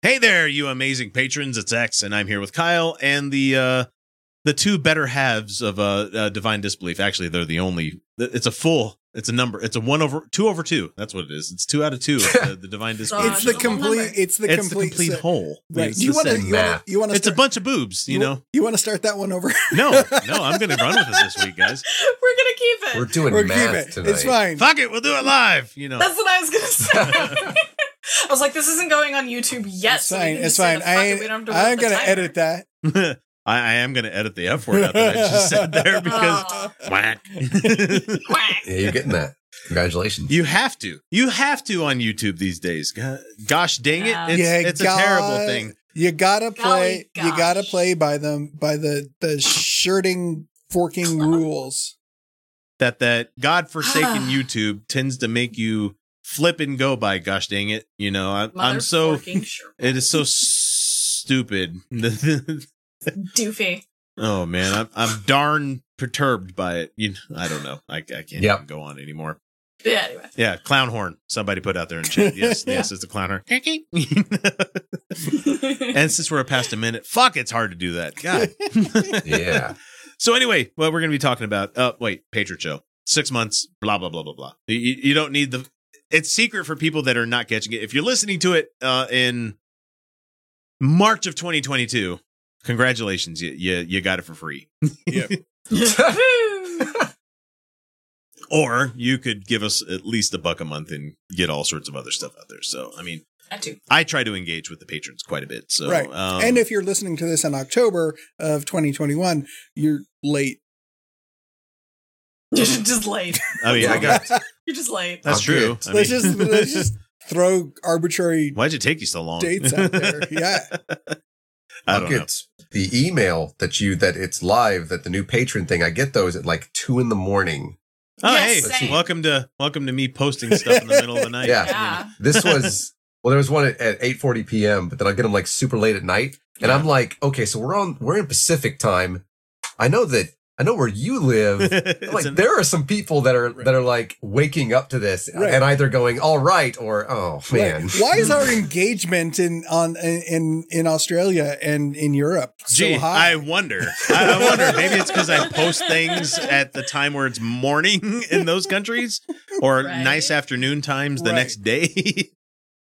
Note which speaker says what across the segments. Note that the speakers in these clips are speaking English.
Speaker 1: Hey there, you amazing patrons. It's X, and I'm here with Kyle and the uh the two better halves of uh, uh Divine Disbelief. Actually, they're the only. It's a full. It's a number. It's a one over two over two. That's what it is. It's two out of two. Of the, the Divine Disbelief.
Speaker 2: Uh,
Speaker 3: It's the complete. It's the
Speaker 1: It's the
Speaker 3: complete.
Speaker 1: complete
Speaker 3: set.
Speaker 1: whole.
Speaker 3: Right.
Speaker 1: It's
Speaker 3: You
Speaker 1: the
Speaker 3: want to?
Speaker 1: same.
Speaker 3: You want to? You want to?
Speaker 1: It's a bunch of boobs. You know.
Speaker 3: You want to start that one over?
Speaker 1: No, no. I'm gonna run with it this week, guys.
Speaker 2: We're gonna keep it.
Speaker 4: We're doing
Speaker 3: We're keep
Speaker 4: math
Speaker 3: it.
Speaker 4: tonight.
Speaker 3: It's fine.
Speaker 1: Fuck it. We'll do it live. You know.
Speaker 2: That's what I was gonna say. I was like, this isn't going on YouTube yet.
Speaker 3: It's
Speaker 2: so we
Speaker 3: fine.
Speaker 2: can just
Speaker 3: It's
Speaker 2: say
Speaker 3: fine.
Speaker 2: the fuck
Speaker 3: I
Speaker 2: it.
Speaker 3: ain't,
Speaker 2: We don't have to worry
Speaker 3: I'm
Speaker 2: about the
Speaker 3: gonna
Speaker 2: timer.
Speaker 3: edit that.
Speaker 1: I, I am gonna edit the F word out that I just said there because
Speaker 2: Aw.
Speaker 3: Ah.
Speaker 1: whack.
Speaker 2: Quack.
Speaker 4: Yeah, you're getting that. Congratulations.
Speaker 1: You have to. You have to on YouTube these days. Go- Gosh dang
Speaker 2: Yeah.
Speaker 1: it. It's,
Speaker 3: Yeah,
Speaker 1: it's a terrible
Speaker 3: God.
Speaker 1: thing.
Speaker 3: You gotta play.
Speaker 2: Golly
Speaker 3: You gotta
Speaker 2: Oh gosh.
Speaker 3: play by them by the the shirting forking rules.
Speaker 1: That that godforsaken YouTube tends to make you flip and go by gosh dang it. You know, I, I'm so
Speaker 2: Motherforking sure.
Speaker 1: it is so stupid.
Speaker 2: doofy.
Speaker 1: oh man, I'm I'm darn perturbed by it. You I don't know. I, I can't
Speaker 4: Yep.
Speaker 1: even go on anymore.
Speaker 2: But yeah, anyway.
Speaker 1: Yeah, clown horn. Somebody put out there in chat. Yes, yes, it's a clown horn. and since we're past a minute, fuck, it's hard to do that. God.
Speaker 4: Yeah.
Speaker 1: So anyway, what we're going to be talking about? Uh, wait, Patriot Show, six months, blah blah blah blah blah. You, you- you don't need the. It's secret for people that are not catching it. If you're listening to it uh, in March of 2022, congratulations, you you, you got it for free.
Speaker 2: Woo.
Speaker 1: Or you could give us at least a buck a month and get all sorts of other stuff out there. So I mean,
Speaker 2: that too.
Speaker 1: I try to engage with the patrons quite a bit. So
Speaker 3: Right.
Speaker 1: um,
Speaker 3: and if you're listening to this in October of 2021, you're late.
Speaker 2: You're just late.
Speaker 1: I mean,
Speaker 4: Yeah,
Speaker 1: I got
Speaker 2: You're just late.
Speaker 1: that's
Speaker 4: I'm
Speaker 1: true.
Speaker 4: good.
Speaker 1: I
Speaker 3: let's
Speaker 1: mean-
Speaker 3: just let's just throw arbitrary.
Speaker 1: Why'd it take you so long?
Speaker 3: dates out there. Yeah.
Speaker 1: I
Speaker 4: I'll
Speaker 1: don't know.
Speaker 4: get the email that you that it's live that the new patron thing. I get those at like two in the morning.
Speaker 1: Oh,
Speaker 2: Yes,
Speaker 1: hey,
Speaker 2: same.
Speaker 1: welcome to welcome to me posting stuff in the middle of the night.
Speaker 4: Yeah.
Speaker 2: Yeah.
Speaker 4: This was well, there was one at, at eight forty p.m., but then I get them like super late at night, and I'm like, okay, so we're on we're in Pacific time. I know that I know where you live.
Speaker 1: It's
Speaker 4: like
Speaker 1: an-
Speaker 4: there are some people that are that are like waking up to this
Speaker 3: Right.
Speaker 4: and either going all right or oh man
Speaker 3: Right. Why is our engagement in on in in Australia and in Europe so
Speaker 1: Gee,
Speaker 3: high?
Speaker 1: I wonder. I, I wonder. Maybe it's because I post things at the time where it's morning in those countries, or
Speaker 2: Right.
Speaker 1: nice afternoon times the
Speaker 3: Right.
Speaker 1: next day.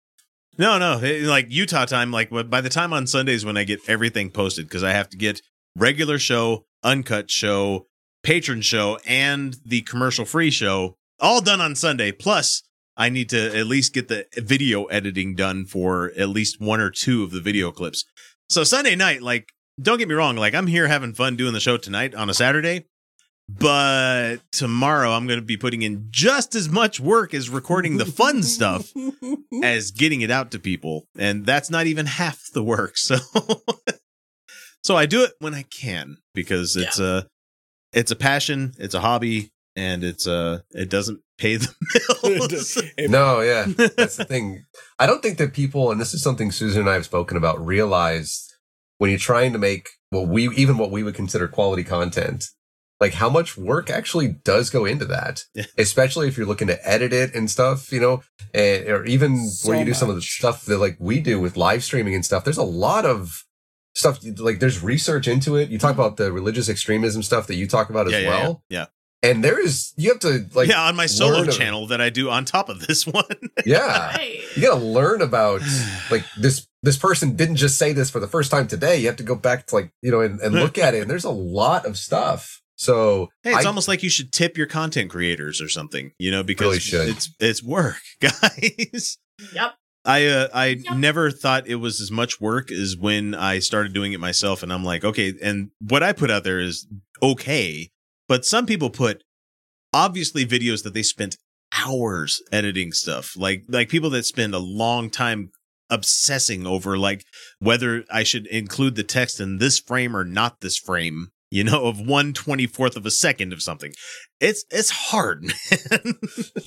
Speaker 1: no, no, it- like Utah time. Like wh- by the time on Sundays when I get everything posted, because I have to get regular show, uncut show, patron show, and the commercial free show all done on Sunday. Plus, I need to at least get the video editing done for at least one or two of the video clips. So Sunday night, like, don't get me wrong, like I'm here having fun doing the show tonight on a Saturday, but tomorrow I'm going to be putting in just as much work as recording the fun stuff as getting it out to people, and that's not even half the work. So, so I do it when I can because it's a it's a passion, it's a hobby, and it's a it doesn't pay the bills.
Speaker 4: no yeah that's the thing i don't think that people and this is something susan and i have spoken about realize when you're trying to make what we even what we would consider quality content like how much work actually does go into that
Speaker 1: Yeah.
Speaker 4: especially if you're looking to edit it and stuff you know and, or even
Speaker 3: So
Speaker 4: where you do some of the
Speaker 3: much.
Speaker 4: stuff that like we do with live streaming and stuff there's a lot of stuff like there's research into it you
Speaker 3: Mm-hmm.
Speaker 4: talk about the religious extremism stuff that you talk about as
Speaker 1: yeah, yeah,
Speaker 4: well
Speaker 1: yeah, yeah,
Speaker 4: and there is you have to like
Speaker 1: yeah. On my solo
Speaker 4: learn of-
Speaker 1: channel that I do on top of this one.
Speaker 4: yeah
Speaker 2: Right.
Speaker 4: you gotta learn about like this this person didn't just say this for the first time today you have to go back to like you know and, and look at it and there's a lot of stuff so
Speaker 1: Hey, it's
Speaker 4: I-
Speaker 1: almost like you should tip your content creators or something, you know, because
Speaker 4: Really should.
Speaker 1: it's it's work, guys.
Speaker 2: Yep.
Speaker 1: I uh, I
Speaker 2: Yep.
Speaker 1: never thought it was as much work as when I started doing it myself, and I'm like, okay, and what I put out there is okay, but some people put obviously videos that they spent hours editing stuff, like like people that spend a long time obsessing over like whether I should include the text in this frame or not this frame, you know, of one twenty fourth of a second of something. It's it's hard, man.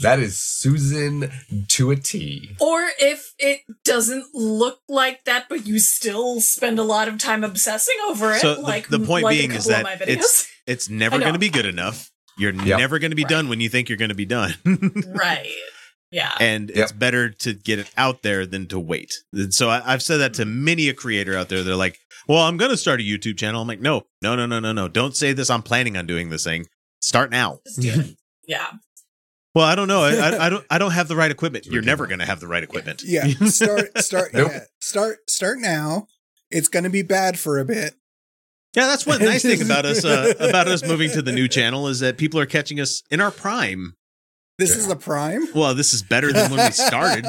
Speaker 4: that is susan to a t
Speaker 2: Or if it doesn't look like that, but you still spend a lot of time obsessing over it.
Speaker 1: So the-
Speaker 2: like
Speaker 1: the point
Speaker 2: like a
Speaker 1: being is
Speaker 2: couple of
Speaker 1: that
Speaker 2: my videos.
Speaker 1: it's- it's never
Speaker 2: I know.
Speaker 1: going to be good enough. You're
Speaker 4: Yep.
Speaker 1: never going to be
Speaker 2: Right.
Speaker 1: done when you think you're going to be done.
Speaker 2: right. Yeah.
Speaker 1: and it's
Speaker 4: Yep.
Speaker 1: better to get it out there than to wait. And so I, I've said that to many a creator out there. They're like, "Well, I'm going to start a YouTube channel." I'm like, "No, no, no, no, no, no! Don't say this. I'm planning on doing this thing. Start now."
Speaker 2: Just do it. Yeah.
Speaker 1: Well, I don't know. I, I, I don't. I don't have the right equipment.
Speaker 4: Do it
Speaker 1: You're never
Speaker 4: now.
Speaker 1: going to have the right equipment.
Speaker 3: Yeah. Start start
Speaker 4: Nope.
Speaker 3: yeah. Start start now. It's gonna be bad for a bit.
Speaker 1: Yeah, that's one nice thing about us uh, about us moving to the new channel is that people are catching us in our prime.
Speaker 3: This
Speaker 4: Yeah.
Speaker 3: is the prime.
Speaker 1: Well, this is better than when we started.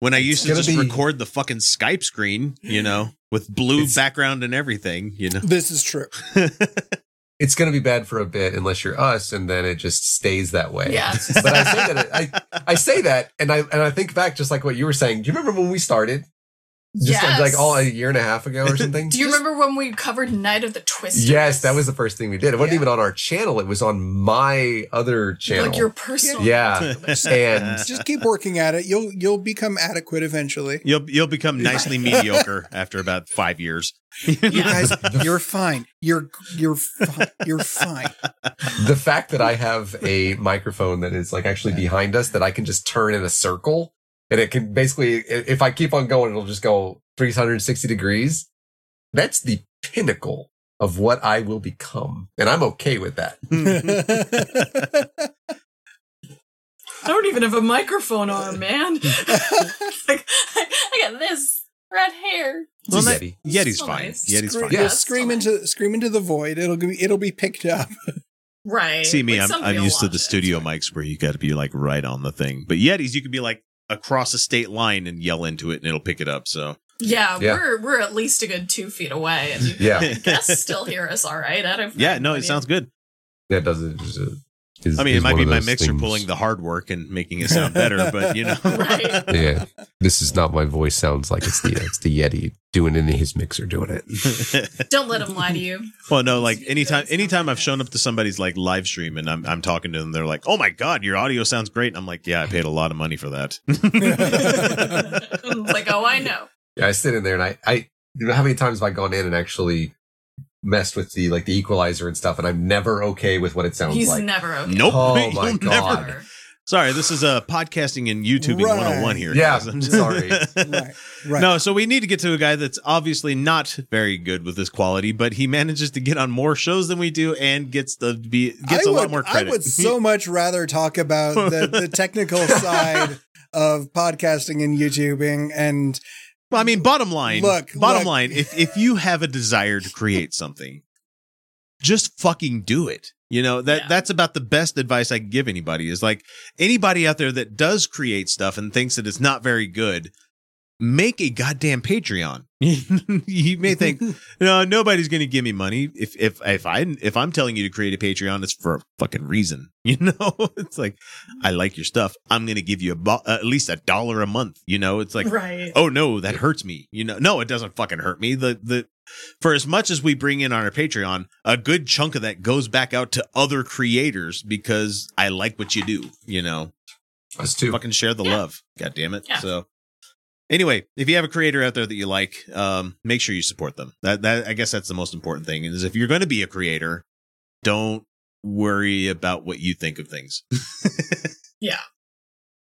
Speaker 1: When I used to
Speaker 4: gonna
Speaker 1: just
Speaker 4: be-
Speaker 1: record the fucking Skype screen, you know, with blue
Speaker 4: It's-
Speaker 1: background and everything, you know.
Speaker 3: this is true.
Speaker 4: It's going to be bad for a bit unless you're us, and then it just stays that way.
Speaker 2: Yeah. it's just-
Speaker 4: But I say that I, I say that, and I and I think back just like what you were saying. Do you remember when we started? Just
Speaker 2: Yes.
Speaker 4: like, like all a year and a half ago or something.
Speaker 2: Do you remember when we covered Night of the Twist?
Speaker 4: Yes, that was the first thing we did. It wasn't
Speaker 3: Yeah.
Speaker 4: even on our channel. It was on my other channel.
Speaker 2: like your personal.
Speaker 4: yeah. And-
Speaker 3: Just keep working at it. You'll you'll become adequate eventually.
Speaker 1: You'll you'll become nicely mediocre after about five years.
Speaker 3: You
Speaker 2: Yeah.
Speaker 3: guys, you're fine. You're you're fi- you're fine.
Speaker 4: the fact that I have a microphone that is like actually behind us that I can just turn in a circle and it can basically, i- if I keep on going, it'll just go 360 degrees. That's the pinnacle of what I will become. And I'm okay with that.
Speaker 1: hmm.
Speaker 2: I don't even have a microphone arm, man. like, I, I got this red hair.
Speaker 1: Well,
Speaker 4: It's
Speaker 1: that-
Speaker 4: Yeti.
Speaker 1: Yeti's
Speaker 2: Still
Speaker 1: fine.
Speaker 2: nice.
Speaker 1: Yeti's
Speaker 3: Scream-
Speaker 1: fine.
Speaker 4: Yeah.
Speaker 3: yeah, scream into scream into the void. It'll be it'll be picked up.
Speaker 2: Right.
Speaker 1: See me,
Speaker 2: Like,
Speaker 1: I'm
Speaker 2: some
Speaker 1: I'm
Speaker 2: people
Speaker 1: used to
Speaker 2: want
Speaker 1: the
Speaker 2: it.
Speaker 1: studio mics where you got to be like right on the thing. But Yetis, you could be like across a state line and yell into it, and it'll pick it up. So
Speaker 2: Yeah,
Speaker 4: Yeah.
Speaker 2: we're we're at least a good two feet away, and you
Speaker 4: Yeah.
Speaker 2: guys still hear us all right. I don't.
Speaker 1: yeah, no,
Speaker 2: I
Speaker 1: it
Speaker 2: mean,
Speaker 1: sounds good.
Speaker 4: That does it. is- is-
Speaker 1: I mean,
Speaker 4: is
Speaker 1: it might
Speaker 4: one
Speaker 1: be
Speaker 4: of
Speaker 1: my
Speaker 4: those
Speaker 1: mixer
Speaker 4: things-
Speaker 1: pulling the hard work and making it sound better, but you know,
Speaker 2: Right.
Speaker 4: Yeah. This is not my voice sounds like it's the, it's the Yeti doing it in his mixer doing it.
Speaker 2: Don't let them lie to you.
Speaker 1: well, no, like anytime anytime I've shown up to somebody's like live stream and I'm I'm talking to them, they're like, "Oh my god, your audio sounds great," and I'm like, "Yeah, I paid a lot of money for that."
Speaker 2: It's like, oh, I know.
Speaker 4: Yeah, I sit in there and I, I, you know, how many times have I gone in and actually messed with the like the equalizer and stuff, and I'm never okay with what it sounds
Speaker 2: He's
Speaker 4: like.
Speaker 2: never okay.
Speaker 1: Nope.
Speaker 4: Oh my
Speaker 1: You'll
Speaker 4: God.
Speaker 2: Ever.
Speaker 1: Sorry, this is uh, podcasting and YouTubing
Speaker 3: Right.
Speaker 1: 101 here.
Speaker 4: Yeah,
Speaker 1: guys. I'm
Speaker 4: sorry.
Speaker 3: Right. Right.
Speaker 1: No, so we need to get to a guy that's obviously not very good with his quality, but he manages to get on more shows than we do and gets the be gets
Speaker 3: I
Speaker 1: a
Speaker 3: would,
Speaker 1: lot more
Speaker 3: I
Speaker 1: credit.
Speaker 3: would so much rather talk about the, the technical side of podcasting and YouTubing and
Speaker 1: Well, I mean, bottom line,
Speaker 3: Look,
Speaker 1: bottom
Speaker 3: look.
Speaker 1: line, if if you have a desire to create something, just fucking do it. You know that
Speaker 2: Yeah.
Speaker 1: that's about the best advice I can give anybody. Is like anybody out there that does create stuff and thinks that it's not very good, make a goddamn Patreon. you may think, no, nobody's going to give me money. If if if I if I'm telling you to create a Patreon, it's for a fucking reason. You know, it's like I like your stuff. I'm going to give you a bo- at least a dollar a month. You know, it's like
Speaker 2: right.
Speaker 1: oh no that hurts me you know no it doesn't fucking hurt me the the for as much as we bring in on our patreon a good chunk of that goes back out to other creators because i like what you do you know
Speaker 4: Us too.
Speaker 1: fucking share the
Speaker 2: Yeah.
Speaker 1: love god damn it
Speaker 2: Yeah.
Speaker 1: so anyway if you have a creator out there that you like um make sure you support them that that i guess that's the most important thing is if you're going to be a creator don't worry about what you think of things
Speaker 2: Yeah.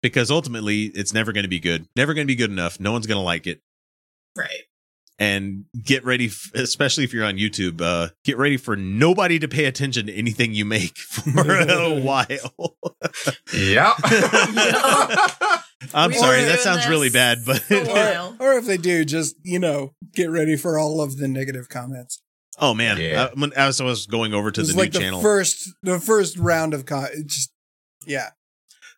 Speaker 1: because ultimately it's never going to be good never going to be good enough no one's going to like it
Speaker 2: Right.
Speaker 1: and get ready f- especially if you're on youtube uh get ready for nobody to pay attention to anything you make for a while
Speaker 4: Yeah.
Speaker 1: i'm
Speaker 2: We
Speaker 1: sorry
Speaker 2: were
Speaker 1: that
Speaker 2: doing
Speaker 1: sounds
Speaker 2: this
Speaker 1: really bad but
Speaker 2: for a while.
Speaker 3: or, or if they do, just you know, get ready for all of the negative comments.
Speaker 1: oh man
Speaker 4: Yeah.
Speaker 1: I, when, as i was going over to
Speaker 3: It's
Speaker 1: the
Speaker 3: like
Speaker 1: new
Speaker 3: the
Speaker 1: channel
Speaker 3: first the first round of con- it's just yeah.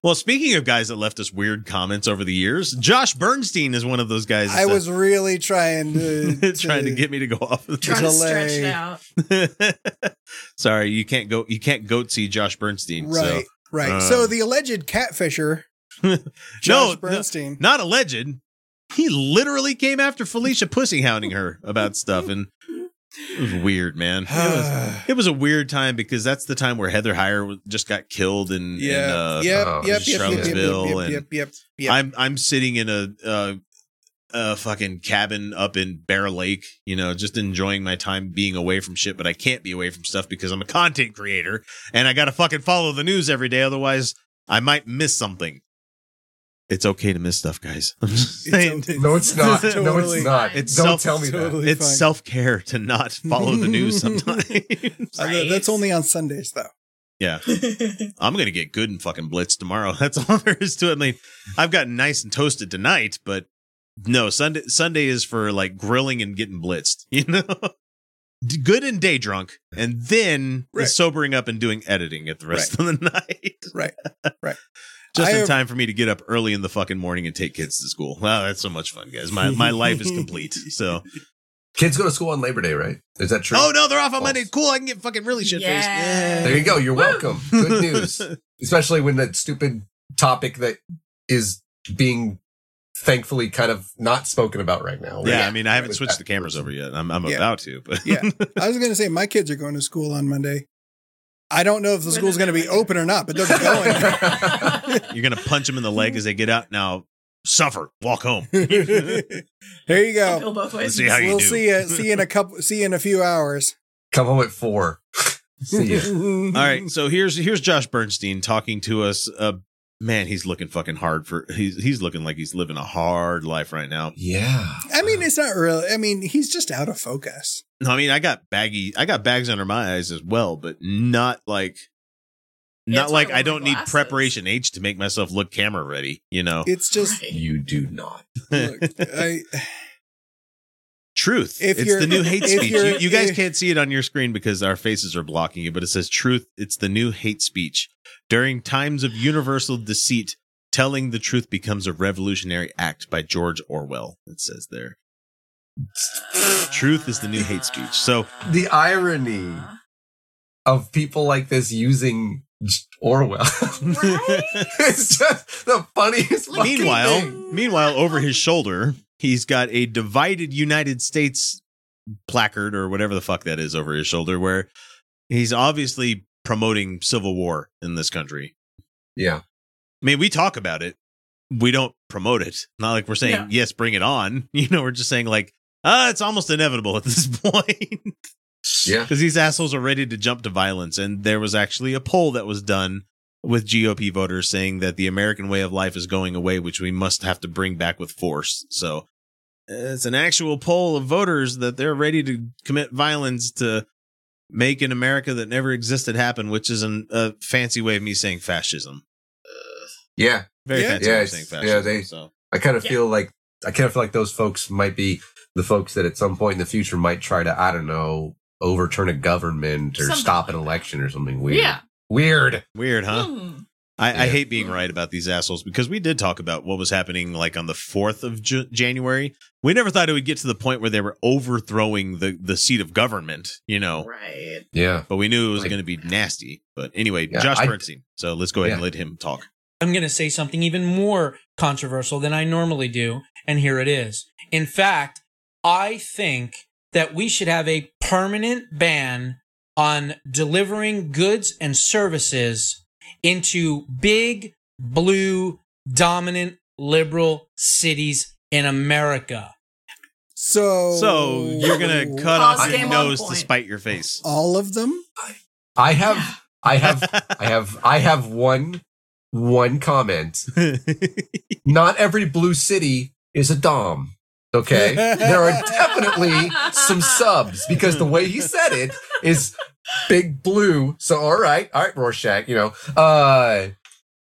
Speaker 1: well speaking of guys that left us weird comments over the years josh bernstein is one of those guys
Speaker 3: I was really trying to
Speaker 1: that's trying to get me to go off of
Speaker 2: Trying to stretch it
Speaker 3: Delay.
Speaker 2: out.
Speaker 1: sorry you can't go you can't goat see josh bernstein
Speaker 3: right.
Speaker 1: so
Speaker 3: Right.
Speaker 1: um,
Speaker 3: so the alleged catfisher,
Speaker 1: no,
Speaker 3: Josh
Speaker 1: no
Speaker 3: Bernstein.
Speaker 1: not alleged. He literally came after Felicia pussy hounding her about stuff, and it was weird, man. It was, it was a weird time because that's the time where Heather Heyer was- just got killed, and, and,
Speaker 3: yeah.
Speaker 1: uh,
Speaker 3: Yep.
Speaker 4: uh,
Speaker 3: Yep. Yep. Yep. Yep.
Speaker 1: Charlottesville
Speaker 3: Yep.
Speaker 1: and-
Speaker 3: Yep. Yep. Yep.
Speaker 1: I'm I'm sitting in a uh, a fucking cabin up in Bear Lake, you know, just enjoying my time being away from shit, but I can't be away from stuff because I'm a content creator and I got to fucking follow the news every day otherwise I might miss something. It's okay to miss stuff, guys.
Speaker 3: okay.
Speaker 4: No, it's not. No,
Speaker 3: Totally.
Speaker 4: it's not.
Speaker 1: It's
Speaker 4: Don't
Speaker 1: self-
Speaker 4: tell me that.
Speaker 3: totally.
Speaker 1: it's
Speaker 3: fine.
Speaker 1: self care to not follow the news sometimes.
Speaker 3: Uh,
Speaker 2: Right.
Speaker 3: that's only on Sundays, though.
Speaker 1: yeah. I'm gonna get good and fucking blitz tomorrow. That's all there is to it. I mean, I've gotten nice and toasted tonight, but no Sunday. Sunday is for like grilling and getting blitzed. You know, D- good and day drunk, and then the
Speaker 3: Right.
Speaker 1: sobering up and doing editing at the rest of the night,
Speaker 3: Right. Right.
Speaker 1: just
Speaker 3: I
Speaker 1: in
Speaker 3: have-
Speaker 1: time for me to get up early in the fucking morning and take kids to school. Wow, that's so much fun, guys. My my life is complete. So,
Speaker 4: Kids go to school on Labor Day, right? Is that true?
Speaker 1: oh no, they're off on
Speaker 4: False.
Speaker 1: Monday. Cool, I can get fucking really shit faced.
Speaker 2: Yeah.
Speaker 4: There you go. You're
Speaker 2: Woo!
Speaker 4: welcome. Good news. Especially when that stupid topic that is being thankfully kind of not spoken about right now.
Speaker 1: Yeah, I mean, I haven't
Speaker 4: With
Speaker 1: switched
Speaker 4: that
Speaker 1: the cameras
Speaker 4: person.
Speaker 1: over yet. I'm, I'm
Speaker 3: Yeah.
Speaker 1: about to, but
Speaker 3: Yeah. I was going to say, my kids are going to school on Monday. I don't know if the
Speaker 2: When
Speaker 3: school's
Speaker 2: are
Speaker 3: going to
Speaker 2: they
Speaker 3: be
Speaker 2: going?
Speaker 3: open or not, but they're going.
Speaker 1: you're gonna punch them in the leg as they get out. Now suffer, walk home.
Speaker 3: Here you go.
Speaker 2: Go
Speaker 1: Let's
Speaker 2: both ways.
Speaker 1: see how you
Speaker 3: we'll
Speaker 1: do.
Speaker 3: see you. See you in a couple. See you in a few hours.
Speaker 4: Come home at four. See ya.
Speaker 1: All right, so here's here's Josh Bernstein talking to us. Uh, man, he's looking fucking hard for. He's he's looking like he's living a hard life right now.
Speaker 4: Yeah.
Speaker 3: I mean, it's not really. I mean, he's just out of focus.
Speaker 1: No, I mean, I got baggy. I got bags under my eyes as well, but not like.
Speaker 2: Yeah,
Speaker 1: Not
Speaker 2: it's why
Speaker 1: like
Speaker 2: I
Speaker 1: I
Speaker 2: wear
Speaker 1: don't need
Speaker 2: glasses.
Speaker 1: preparation H to make myself look camera ready, you know.
Speaker 3: It's just
Speaker 2: Right.
Speaker 4: you do not.
Speaker 3: look, I,
Speaker 1: Truth.
Speaker 3: If
Speaker 1: it's
Speaker 3: you're-
Speaker 1: the new hate
Speaker 3: if
Speaker 1: speech. You,
Speaker 3: you're-
Speaker 1: you guys
Speaker 3: if-
Speaker 1: can't see it on your screen because our faces are blocking you, but it says truth. It's the new hate speech. During times of universal deceit, telling the truth becomes a revolutionary act by George Orwell. It says there. Truth is the new hate speech. So
Speaker 4: The irony of people like this using Orwell.
Speaker 2: Right?
Speaker 4: it's just the funniest fucking
Speaker 1: meanwhile,
Speaker 4: thing.
Speaker 1: meanwhile, over his shoulder, he's got a divided United States placard or whatever the fuck that is over his shoulder, where he's obviously promoting civil war in this country.
Speaker 4: Yeah.
Speaker 1: I mean, we talk about it. We don't promote it. Not like we're saying,
Speaker 2: No.
Speaker 1: yes, bring it on. You know, we're just saying, like, ah, it's almost inevitable at this point.
Speaker 4: Yeah.
Speaker 1: Because these assholes are ready to jump to violence. And there was actually a poll that was done with GOP voters saying that the American way of life is going away, which we must have to bring back with force. So uh, it's an actual poll of voters that they're ready to commit violence to make an America that never existed happen, which is an, a fancy way of me saying fascism.
Speaker 4: Yeah.
Speaker 1: Very
Speaker 3: Yeah.
Speaker 1: fancy
Speaker 4: Yeah,
Speaker 1: way of
Speaker 4: it's-
Speaker 1: saying
Speaker 4: yeah,
Speaker 1: fascism.
Speaker 4: they-
Speaker 1: so.
Speaker 4: I kind of
Speaker 2: Yeah.
Speaker 4: feel like I kind of feel like those folks might be the folks that at some point in the future might try to I don't know overturn a government or
Speaker 2: Something
Speaker 4: stop
Speaker 2: like
Speaker 4: an
Speaker 2: that.
Speaker 4: election or something weird.
Speaker 2: Yeah.
Speaker 4: Weird.
Speaker 1: Weird, huh?
Speaker 2: Hmm.
Speaker 1: I, I
Speaker 4: Yeah.
Speaker 1: hate being right about these assholes because we did talk about what was happening like on the 4th of J- January. We never thought it would get to the point where they were overthrowing the, the seat of government, you know,
Speaker 2: Right.
Speaker 4: Yeah.
Speaker 1: but we knew it was
Speaker 4: Like-
Speaker 1: going to be nasty. But anyway,
Speaker 4: Yeah,
Speaker 1: Josh
Speaker 4: I-
Speaker 1: Bernstein. So let's go ahead and
Speaker 4: Yeah.
Speaker 1: let him talk.
Speaker 5: I'm going to say something even more controversial than I normally do, and here it is. In fact, I think that we should have a permanent ban on delivering goods and services into big, blue, dominant, liberal cities in America.
Speaker 3: so.
Speaker 1: So you're going to cut
Speaker 2: Oh. Pause
Speaker 1: off your
Speaker 2: game on
Speaker 1: nose to
Speaker 2: point. Oh.
Speaker 1: spite your face.
Speaker 3: all of them?
Speaker 4: I have I have I have I have one one comment. Not every blue city is a dom. Okay. there are definitely some subs because the way he said it is big blue. So all right, all right, Rorschach, you know. Uh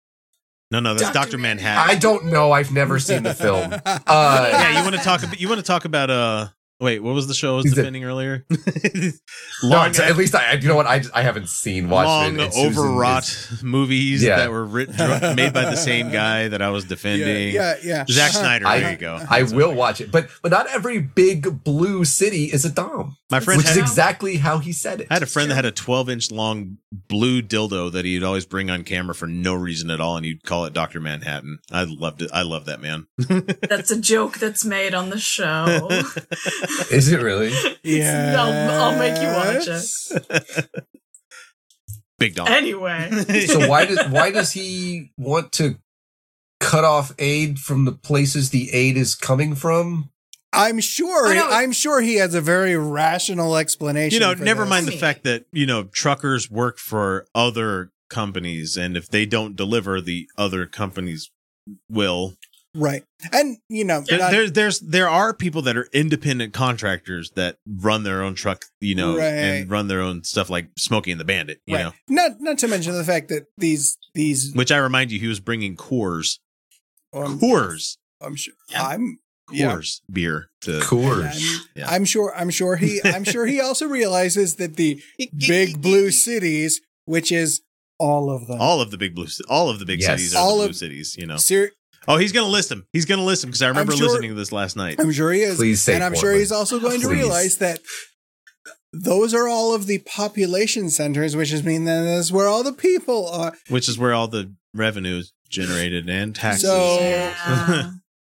Speaker 1: no, no, that's Dr.
Speaker 2: Dr.
Speaker 1: Manhattan.
Speaker 4: I don't know. I've never seen the film. Uh,
Speaker 1: yeah, you want to talk about, you want to talk about, uh, wait, what was the show I was
Speaker 4: He's a-
Speaker 1: defending earlier?
Speaker 4: No,
Speaker 1: Long e-
Speaker 4: it's- at least I, I- you know what? I, just- I haven't seen watched
Speaker 1: long
Speaker 4: it. and Susan
Speaker 1: overwrought
Speaker 4: is-
Speaker 1: movies
Speaker 4: Yeah.
Speaker 1: that were writ- dr- made by the same guy that I was defending.
Speaker 3: Yeah, yeah. Uh-huh.
Speaker 1: Zack Snyder.
Speaker 4: I-
Speaker 1: there you go.
Speaker 4: I will watch it, but but not every big blue city is a dom,
Speaker 1: My friend
Speaker 4: which
Speaker 1: had,
Speaker 4: is exactly how he said it.
Speaker 1: I had a friend that had a 12 inch long blue dildo that he'd always bring on camera for no reason at all, and he'd call it Doctor Manhattan. I loved it. I love that man.
Speaker 2: That's a joke that's made on the show.
Speaker 4: Is it really?
Speaker 3: Yeah.
Speaker 2: I'll- I'll make you watch it.
Speaker 1: Big dog.
Speaker 2: anyway.
Speaker 4: So why does why does he want to cut off aid from the places the aid is coming from?
Speaker 3: I'm sure.
Speaker 2: I know.
Speaker 3: I'm sure he has a very rational explanation.
Speaker 1: you know,
Speaker 3: for
Speaker 1: never
Speaker 3: this.
Speaker 1: mind
Speaker 2: I
Speaker 1: the
Speaker 2: mean-
Speaker 1: fact that you know truckers work for other companies, and if they don't deliver, the other companies will.
Speaker 3: right. And you know,
Speaker 1: There,
Speaker 3: not-
Speaker 1: there's there's there are people that are independent contractors that run their own truck, you know, and
Speaker 3: Right.
Speaker 1: run their own stuff like Smokey and the Bandit, you
Speaker 3: right.
Speaker 1: know.
Speaker 3: not not to mention the fact that these these
Speaker 1: Which I remind you, he was bringing Coors,
Speaker 3: um,
Speaker 1: Coors,
Speaker 3: I'm sure
Speaker 2: Yeah.
Speaker 3: I'm Yeah.
Speaker 1: Coors beer to
Speaker 4: Coors.
Speaker 1: Yeah.
Speaker 3: I'm sure I'm sure he I'm sure he also realizes that the big blue cities, which is all of them,
Speaker 1: all of the big blue, ci- all of the big
Speaker 4: Yes.
Speaker 1: cities are the
Speaker 3: All
Speaker 1: blue
Speaker 3: of-
Speaker 1: cities, you know.
Speaker 3: Ser-
Speaker 1: Oh, he's gonna list them. He's gonna list them because I remember
Speaker 3: sure-
Speaker 1: listening to this last night.
Speaker 3: I'm sure he is,
Speaker 4: Please say
Speaker 3: and I'm sure
Speaker 4: Portland.
Speaker 3: he's also going to
Speaker 4: Please.
Speaker 3: realize that those are all of the population centers, which is mean that is where all the people are.
Speaker 1: which is where all the revenue is generated and taxes.
Speaker 3: So-
Speaker 2: Yeah.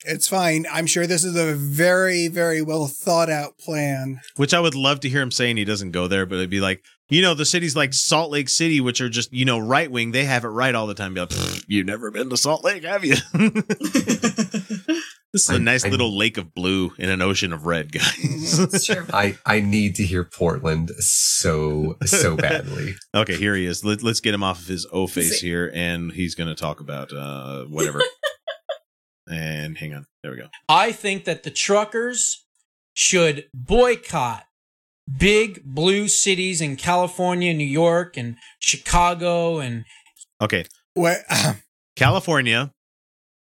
Speaker 3: It's fine. I'm sure this is a very very well thought out plan.
Speaker 1: which I would love to hear him saying he doesn't go there, but it'd be like, you know, the cities like Salt Lake City, which are just, you know, right wing, they have it right all the time. Be like, "Pfft, You've never been to Salt Lake, have you? this is a
Speaker 4: I'm-
Speaker 1: nice
Speaker 4: I'm-
Speaker 1: little lake of blue in an ocean of red, guys.
Speaker 2: It's true.
Speaker 4: I, I need to hear Portland so, so badly.
Speaker 1: okay, here he is. Let, let's get him off of his O face
Speaker 2: See-
Speaker 1: here, and he's going to talk about uh, whatever. and hang on. There we go.
Speaker 5: I think that the truckers should boycott big blue cities in California, New York, and Chicago, and
Speaker 1: Okay.
Speaker 3: Where,
Speaker 1: California,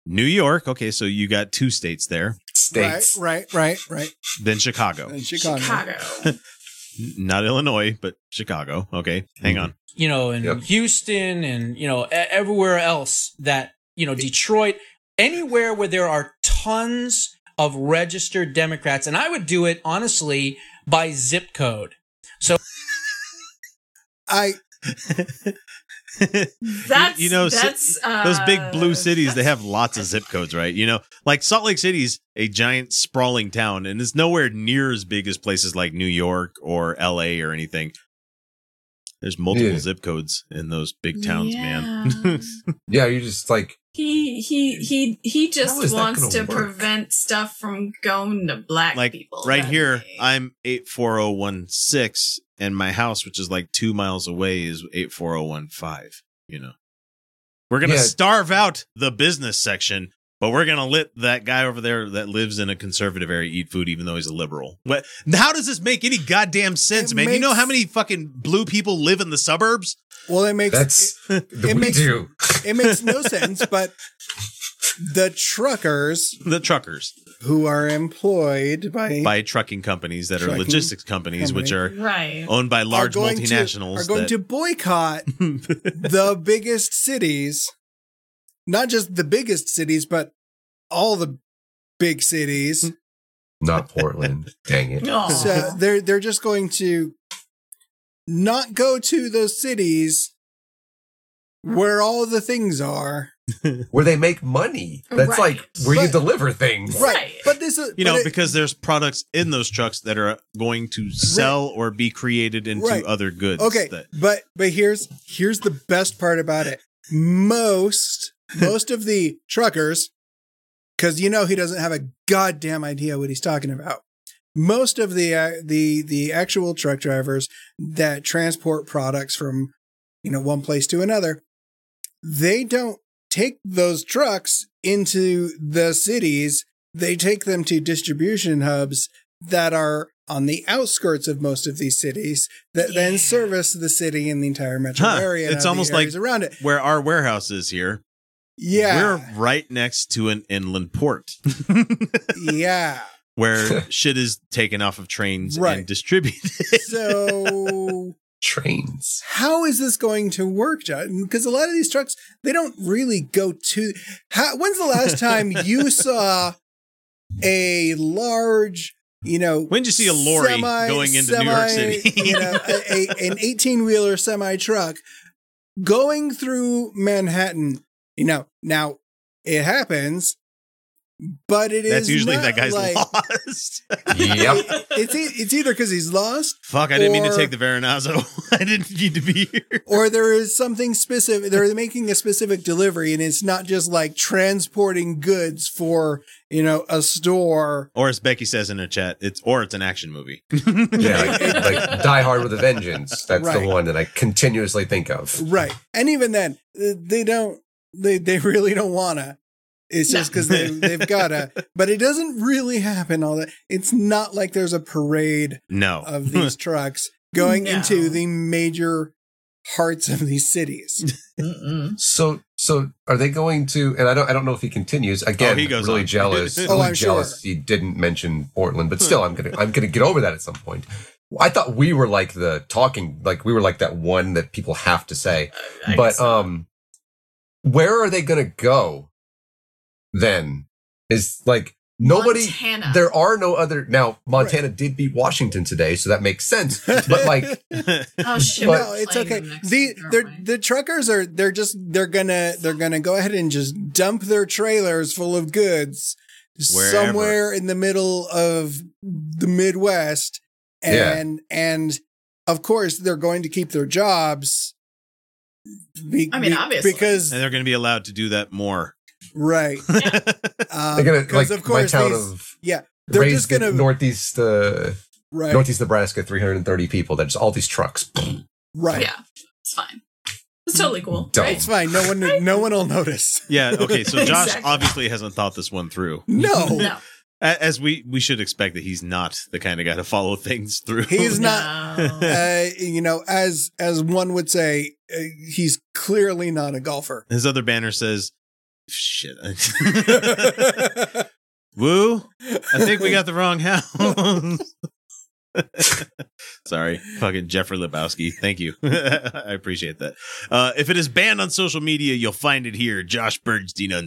Speaker 1: New York. Okay, so you got two states there.
Speaker 3: right,
Speaker 4: States.
Speaker 3: right, right, right.
Speaker 1: Then Chicago.
Speaker 3: In Chicago.
Speaker 2: Chicago.
Speaker 1: Not Illinois, but Chicago. Okay, hang on.
Speaker 5: you know, in
Speaker 4: Yep.
Speaker 5: Houston, and you know, e- everywhere else that you know, Detroit, anywhere where there are tons of registered Democrats, and I would do it honestly by zip code.
Speaker 3: I
Speaker 2: That's
Speaker 1: You know, so-
Speaker 2: that's uh,
Speaker 1: Those big blue cities, they have lots of zip codes, right? You know, like Salt Lake City's a giant sprawling town and it's nowhere near as big as places like New York or LA or anything. There's multiple
Speaker 4: Yeah.
Speaker 1: zip codes in those big towns,
Speaker 2: Yeah.
Speaker 1: man.
Speaker 4: Yeah, you're just like,
Speaker 2: he he he he
Speaker 4: How
Speaker 2: just
Speaker 4: is that
Speaker 2: wants to
Speaker 4: gonna work?
Speaker 2: prevent stuff from going to black
Speaker 1: like
Speaker 2: people.
Speaker 1: right
Speaker 2: that
Speaker 1: here,
Speaker 2: way.
Speaker 1: I'm 84016 and my house, which is like two miles away, is 84015. You know, we're going to
Speaker 4: Yeah.
Speaker 1: starve out the business section, but we're going to let that guy over there that lives in a conservative area eat food, even though he's a liberal. What? How does this make any goddamn sense, man? You know
Speaker 3: makes-
Speaker 1: how many fucking blue people live in the suburbs?
Speaker 3: well, it makes
Speaker 4: that's, we
Speaker 3: makes-
Speaker 4: do.
Speaker 3: it makes no sense, but the truckers
Speaker 1: The truckers
Speaker 3: who are employed by,
Speaker 1: by trucking companies that are
Speaker 3: Trucking
Speaker 1: logistics companies, which are
Speaker 2: right.
Speaker 1: owned by large
Speaker 3: are going
Speaker 1: multinationals.
Speaker 3: to, are going
Speaker 1: that-
Speaker 3: to boycott the biggest cities, not just the biggest cities, but all the big cities.
Speaker 4: Not Portland. Dang it.
Speaker 2: Aw.
Speaker 3: So they're they're just going to not go to those cities where all the things are.
Speaker 4: Where they make money. That's
Speaker 2: Right.
Speaker 4: like where you
Speaker 3: But-
Speaker 4: deliver things.
Speaker 3: Right.
Speaker 2: Right.
Speaker 3: But this is
Speaker 1: you
Speaker 3: but
Speaker 1: know,
Speaker 3: it-
Speaker 1: because there's products in those trucks that are going to sell or be created into
Speaker 3: Right.
Speaker 1: other goods.
Speaker 3: Okay,
Speaker 1: that-
Speaker 3: but but here's here's the best part about it. Most most of the truckers, because you know he doesn't have a goddamn idea what he's talking about. Most of the uh, the the actual truck drivers that transport products from you know one place to another, they don't take those trucks into the cities. They take them to distribution hubs that are on the outskirts of most of these cities that then
Speaker 2: Yeah.
Speaker 3: service the city and the entire metro
Speaker 1: Huh.
Speaker 3: area. and
Speaker 1: It's
Speaker 3: the
Speaker 1: almost like-
Speaker 3: areas around it.
Speaker 1: where our warehouse is here,
Speaker 3: Yeah,
Speaker 1: we're right next to an inland port
Speaker 3: yeah.
Speaker 1: where shit is taken off of trains
Speaker 3: Right.
Speaker 1: and distributed.
Speaker 3: So
Speaker 4: Trains.
Speaker 3: how is this going to work, John? Because a lot of these trucks they don't really go to. How, when's the last time you saw a large, you know,
Speaker 1: When did you see a lorry
Speaker 3: semi-
Speaker 1: going into New York
Speaker 3: semi-
Speaker 1: City?
Speaker 3: you know, a, a- an 18 wheeler semi truck going through Manhattan. You know, now it happens, but it is
Speaker 1: That's usually
Speaker 3: not
Speaker 1: that guy's
Speaker 3: like,
Speaker 1: lost.
Speaker 4: Yep.
Speaker 3: It's, e- it's either because he's lost
Speaker 1: Fuck, I didn't mean to
Speaker 3: Or-
Speaker 1: take the Veronazzo. I didn't need to be here.
Speaker 3: or there is something specific they're making a specific delivery and it's not just like transporting goods for you know a store
Speaker 1: Or as Becky says in her chat, it's or it's an action movie.
Speaker 4: Yeah, like, like Die Hard with a Vengeance. That's
Speaker 3: Right.
Speaker 4: the one that I continuously think of.
Speaker 3: right and even then uh, they don't they, they really don't wanna It's
Speaker 2: No.
Speaker 3: just because they, they've got to, but it doesn't really happen all that. It's not like there's a parade
Speaker 1: No.
Speaker 3: of these trucks going
Speaker 2: Oh. No.
Speaker 3: into the major hearts of these cities.
Speaker 2: Mm-mm.
Speaker 4: So so are they going to? And I don't I don't know if he continues. Again,
Speaker 1: Oh, he goes
Speaker 4: really
Speaker 1: on.
Speaker 4: jealous.
Speaker 1: Oh,
Speaker 4: really
Speaker 3: I'm sure. Hmm.
Speaker 4: jealous he didn't mention Portland, but still, I'm gonna I'm gonna get over that at some point. I thought we were like the talking, like we were like that one that people have to say.
Speaker 2: I
Speaker 4: but
Speaker 2: guess-
Speaker 4: um, where are they gonna go? Then is like nobody.
Speaker 2: Montana.
Speaker 4: There are no other now. Montana did beat Washington today, so that makes sense. But like,
Speaker 2: Oh shit! we're
Speaker 3: no, it's
Speaker 2: playing
Speaker 3: okay.
Speaker 2: them next
Speaker 3: The
Speaker 2: week, aren't
Speaker 3: they're,
Speaker 2: we?
Speaker 3: the truckers are they're just they're gonna they're gonna go ahead and just dump their trailers full of goods
Speaker 1: Wherever.
Speaker 3: somewhere in the middle of the Midwest,
Speaker 4: Yeah.
Speaker 3: and and of course they're going to keep their jobs. be-
Speaker 2: I mean,
Speaker 3: be-
Speaker 2: obviously.
Speaker 3: because
Speaker 1: and they're going to be allowed to do that more.
Speaker 3: right,
Speaker 2: Yeah.
Speaker 3: um,
Speaker 4: they're gonna
Speaker 3: because
Speaker 4: like
Speaker 3: of course
Speaker 4: my town
Speaker 3: these-
Speaker 4: of
Speaker 3: yeah, they're
Speaker 4: raised
Speaker 3: just gonna
Speaker 4: northeast uh,
Speaker 3: right,
Speaker 4: Northeast Nebraska, 330 people. That's all these trucks.
Speaker 3: right.
Speaker 2: yeah, it's fine. It's totally cool.
Speaker 4: Dumb.
Speaker 2: Right?
Speaker 3: It's fine. No one, no one will notice.
Speaker 1: Yeah. Okay. So Josh
Speaker 2: Exactly.
Speaker 1: obviously hasn't thought this one through.
Speaker 3: No,
Speaker 2: No,
Speaker 1: A- As we we should expect that he's not the kind of guy to follow things through.
Speaker 3: He's not-
Speaker 2: No.
Speaker 3: uh, you know, as as one would say, uh, he's clearly not a golfer.
Speaker 1: His other banner says, "Shit,
Speaker 3: I
Speaker 1: woo! I think we got the wrong house." Sorry, fucking Jeffrey Lebowski. Thank you, I appreciate that. Uh, if it is banned on social media, you'll find it here.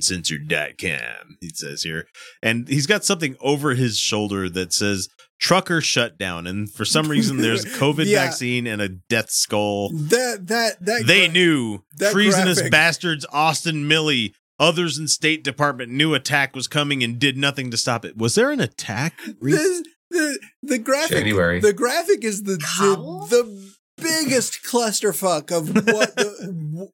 Speaker 1: JoshBernsteinUncensored.com. It says here, and he's got something over his shoulder that says "Trucker Shutdown," and for some reason, there's a COVID
Speaker 3: Yeah.
Speaker 1: vaccine and a death skull.
Speaker 3: that that that
Speaker 1: They knew
Speaker 3: that
Speaker 1: treasonous
Speaker 3: graphic-
Speaker 1: bastards Austin Millie. Others in State Department knew attack was coming and did nothing to stop it. Was there an attack?
Speaker 3: This, the the graphic
Speaker 4: January.
Speaker 3: the graphic is the
Speaker 2: Cowl?
Speaker 3: the, the biggest clusterfuck of what the,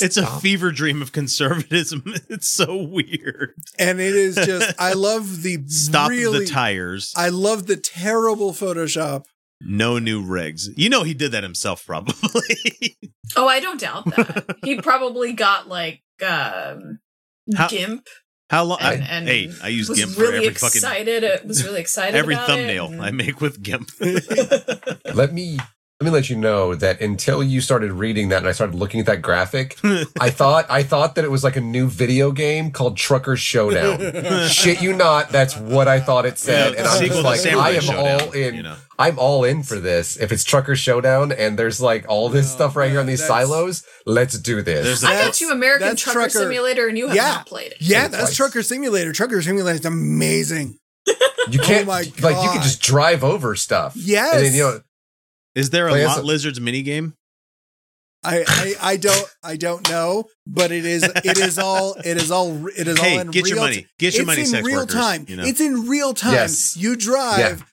Speaker 1: It's a
Speaker 4: Stop.
Speaker 1: fever dream of conservatism. It's so weird.
Speaker 3: and it is just I love the
Speaker 1: Stop the
Speaker 3: really
Speaker 1: tires.
Speaker 3: I love the terrible Photoshop.
Speaker 1: no new regs. You know he did that himself, probably.
Speaker 2: Oh, I don't doubt that. he probably got like um,
Speaker 1: How-
Speaker 2: gimp
Speaker 1: How long?
Speaker 2: and,
Speaker 1: I,
Speaker 2: and
Speaker 1: hey, I use
Speaker 2: was
Speaker 1: GIMP for
Speaker 2: really
Speaker 1: every fucking
Speaker 2: excited. It was really excited.
Speaker 1: every
Speaker 2: about
Speaker 1: thumbnail
Speaker 2: it, and-
Speaker 1: I
Speaker 3: Mm-hmm.
Speaker 1: make with GIMP.
Speaker 4: Let me let me let you know that until you started reading that and I started looking at that graphic, I thought I thought that it was like a new video game called Trucker Showdown. Shit you not, that's what I thought it said.
Speaker 1: Yeah,
Speaker 4: and I'm
Speaker 1: sequel
Speaker 4: just
Speaker 1: to
Speaker 4: like,
Speaker 1: Samurai
Speaker 4: I am
Speaker 1: Showdown,
Speaker 4: all in.
Speaker 1: you know.
Speaker 4: I'm all in for this. If it's Trucker Showdown and there's like all this
Speaker 3: No,
Speaker 4: stuff right here on these
Speaker 3: that's-
Speaker 4: silos, let's do this.
Speaker 1: There's
Speaker 2: I got
Speaker 3: That's-
Speaker 2: you American
Speaker 3: that's
Speaker 2: Trucker,
Speaker 3: Trucker-
Speaker 2: Simulator, and you have
Speaker 3: Yeah.
Speaker 2: not played it.
Speaker 3: Yeah,
Speaker 4: Same
Speaker 3: that's
Speaker 4: place.
Speaker 3: Trucker Simulator. Trucker Simulator is amazing.
Speaker 4: you can't
Speaker 3: my
Speaker 4: like you
Speaker 3: God.
Speaker 4: can just drive over stuff.
Speaker 3: Yes.
Speaker 4: And then you know
Speaker 1: Is there a
Speaker 4: Play us
Speaker 1: lot
Speaker 4: a-
Speaker 1: lizards minigame?
Speaker 3: I, I I don't I don't know, but it is it is all it is all it is all
Speaker 1: Hey,
Speaker 3: in
Speaker 1: get
Speaker 3: real
Speaker 1: your money. Get your
Speaker 3: it's
Speaker 1: money,
Speaker 3: in
Speaker 1: sex
Speaker 3: real
Speaker 1: workers,
Speaker 3: time.
Speaker 1: you know.
Speaker 3: It's in real time.
Speaker 4: Yes.
Speaker 3: You drive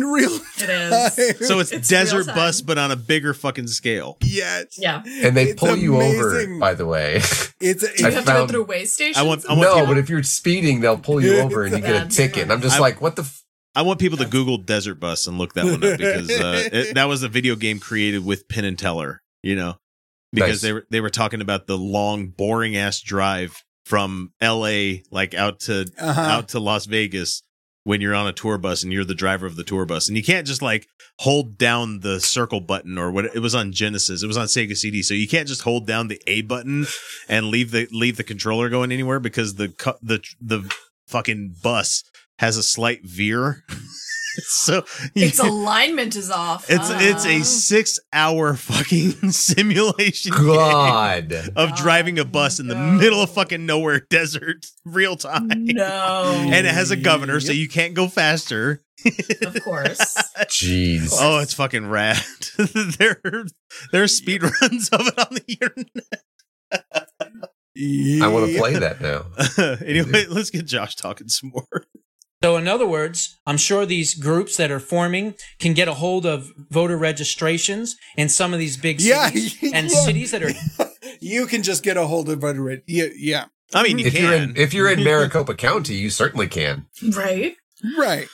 Speaker 3: real
Speaker 2: It
Speaker 3: time.
Speaker 2: is.
Speaker 1: So it's,
Speaker 2: It's
Speaker 1: desert
Speaker 2: real time.
Speaker 1: bus, but on a bigger fucking scale.
Speaker 3: yes.
Speaker 2: Yeah.
Speaker 4: and they
Speaker 3: It's
Speaker 4: pull you over,
Speaker 3: amazing.
Speaker 4: by the way.
Speaker 3: It's
Speaker 2: Do
Speaker 4: I
Speaker 2: you
Speaker 3: it's
Speaker 2: have
Speaker 4: found-
Speaker 2: to go through way stations?
Speaker 1: I want-
Speaker 2: and
Speaker 1: I want
Speaker 4: no,
Speaker 2: stuff?
Speaker 4: but if you're speeding, they'll pull you over and you get a
Speaker 2: That's
Speaker 4: ticket. And I'm just
Speaker 1: right.
Speaker 4: like, what the? F-?
Speaker 1: I want people to Google Desert Bus and look that one up because uh, it, that was a video game created with Penn and Teller, you know, because
Speaker 4: Nice.
Speaker 1: they were they were talking about the long, boring ass drive from L.A. like out to
Speaker 3: uh-huh.
Speaker 2: Uh.
Speaker 1: out to Las Vegas when you're on a tour bus and you're the driver of the tour bus and you can't just like hold down the circle button or what it was on Genesis it was on Sega CD so you can't just hold down the A button and leave the leave the controller going anywhere because the cu- the the fucking bus has a slight veer so you-
Speaker 2: its alignment is off.
Speaker 1: it's
Speaker 2: huh?
Speaker 1: it's a 6 hour fucking simulation game
Speaker 4: God.
Speaker 1: of driving a bus in the
Speaker 2: No.
Speaker 1: middle of fucking nowhere desert real time
Speaker 2: Uh,
Speaker 3: Oh.
Speaker 2: no,
Speaker 1: and it has a governor, so you can't go faster.
Speaker 2: of course.
Speaker 4: Jeez.
Speaker 1: Oh, it's fucking rad. there, are- there are speed runs of it on the internet.
Speaker 4: I want to play that now.
Speaker 1: anyway, let's get Josh talking some more.
Speaker 5: So, in other words, I'm sure these groups that are forming can get a hold of voter registrations in some of these big
Speaker 3: Yeah,
Speaker 5: cities
Speaker 3: yeah.
Speaker 5: and cities that are
Speaker 3: You can just get a hold of it. Yeah, yeah.
Speaker 1: I mean, you
Speaker 4: If you're
Speaker 1: can.
Speaker 4: in if you're in Maricopa County, you certainly can.
Speaker 2: right?
Speaker 3: Right.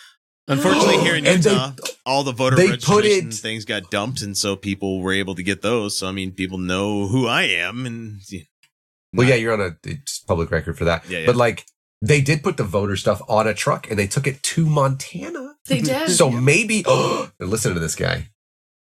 Speaker 1: Unfortunately, here in
Speaker 4: And they-
Speaker 1: Utah, all the voter
Speaker 4: they put
Speaker 1: registration
Speaker 4: it-
Speaker 1: things got dumped, and so people were able to get those. So I mean, people know who I am, and
Speaker 4: Well, yeah, you're on a it's public record for that.
Speaker 1: Yeah, yeah.
Speaker 4: But like, they did put the voter stuff on a truck and they took it to Montana.
Speaker 2: They did.
Speaker 4: So maybe, oh, listen to this guy